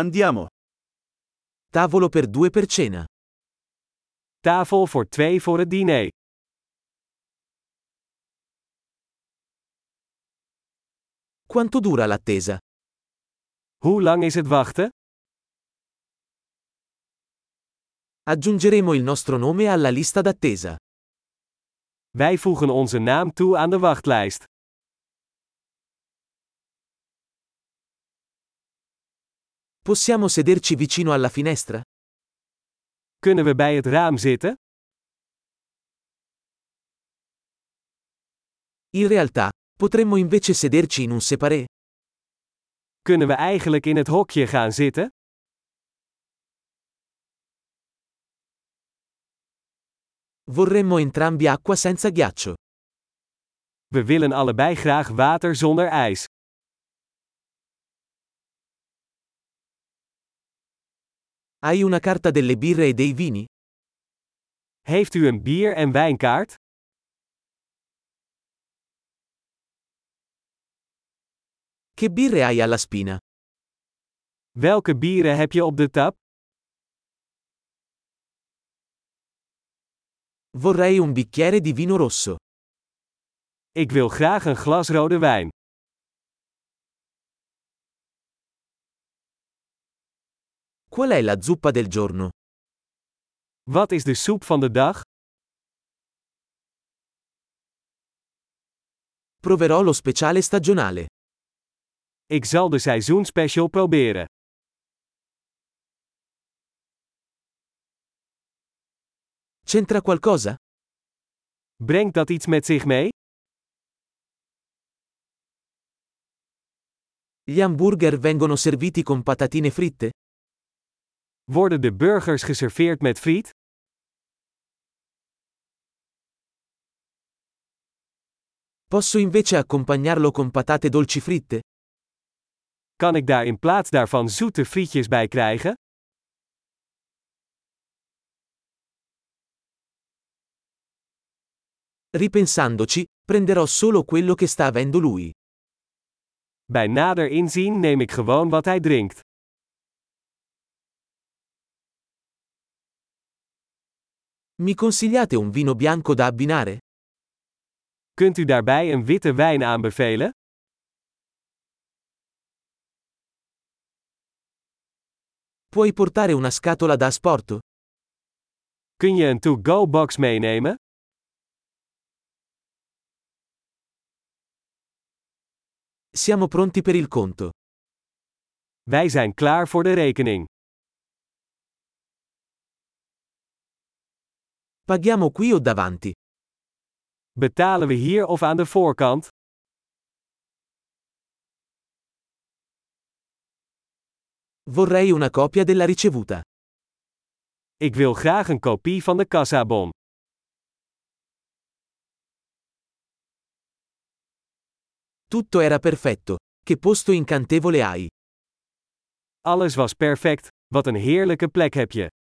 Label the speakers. Speaker 1: Andiamo. Tavolo per due per cena.
Speaker 2: Tafel voor twee voor het diner.
Speaker 1: Quanto dura l'attesa?
Speaker 2: Hoe lang is het wachten?
Speaker 1: Aggiungeremo il nostro nome alla lista d'attesa.
Speaker 2: Wij voegen onze naam toe aan de wachtlijst.
Speaker 1: Possiamo sederci vicino alla finestra?
Speaker 2: Kunnen we bij het raam zitten?
Speaker 1: In realtà, potremmo invece sederci in un separé.
Speaker 2: Kunnen we eigenlijk in het hokje gaan zitten?
Speaker 1: Vorremmo entrambi acqua senza ghiaccio.
Speaker 2: We willen allebei graag water zonder ijs.
Speaker 1: Hai una carta delle birre e dei vini?
Speaker 2: Heeft u een bier- en wijnkaart?
Speaker 1: Che birre hai alla spina?
Speaker 2: Welke bieren heb je op de tap?
Speaker 1: Vorrei un bicchiere di vino rosso.
Speaker 2: Ik wil graag een glas rode wijn.
Speaker 1: Qual è la zuppa del giorno?
Speaker 2: Wat is de soep van de dag?
Speaker 1: Proverò lo speciale stagionale.
Speaker 2: Ik zal de seizoenspecial proberen.
Speaker 1: C'entra qualcosa?
Speaker 2: Brengt dat iets met zich mee?
Speaker 1: Gli hamburger vengono serviti con patatine fritte?
Speaker 2: Worden de burgers geserveerd met friet?
Speaker 1: Posso invece accompagnarlo con patate dolci fritte?
Speaker 2: Kan ik daar in plaats daarvan zoete frietjes bij krijgen?
Speaker 1: Ripensandoci, prenderò solo quello che sta avendo lui.
Speaker 2: Bij nader inzien neem ik gewoon wat hij drinkt.
Speaker 1: Mi consigliate un vino bianco da abbinare?
Speaker 2: Kunt u daarbij een witte wijn aanbevelen?
Speaker 1: Puoi portare una scatola da asporto?
Speaker 2: Kun je een to-go box meenemen?
Speaker 1: Siamo pronti per il conto.
Speaker 2: Wij zijn klaar voor de rekening.
Speaker 1: Paghiamo qui o davanti?
Speaker 2: Betalen we hier of aan de voorkant?
Speaker 1: Vorrei una copia della ricevuta.
Speaker 2: Ik wil graag een kopie van de kassabon.
Speaker 1: Tutto era perfetto. Che posto incantevole hai.
Speaker 2: Alles was perfect, wat een heerlijke plek heb je.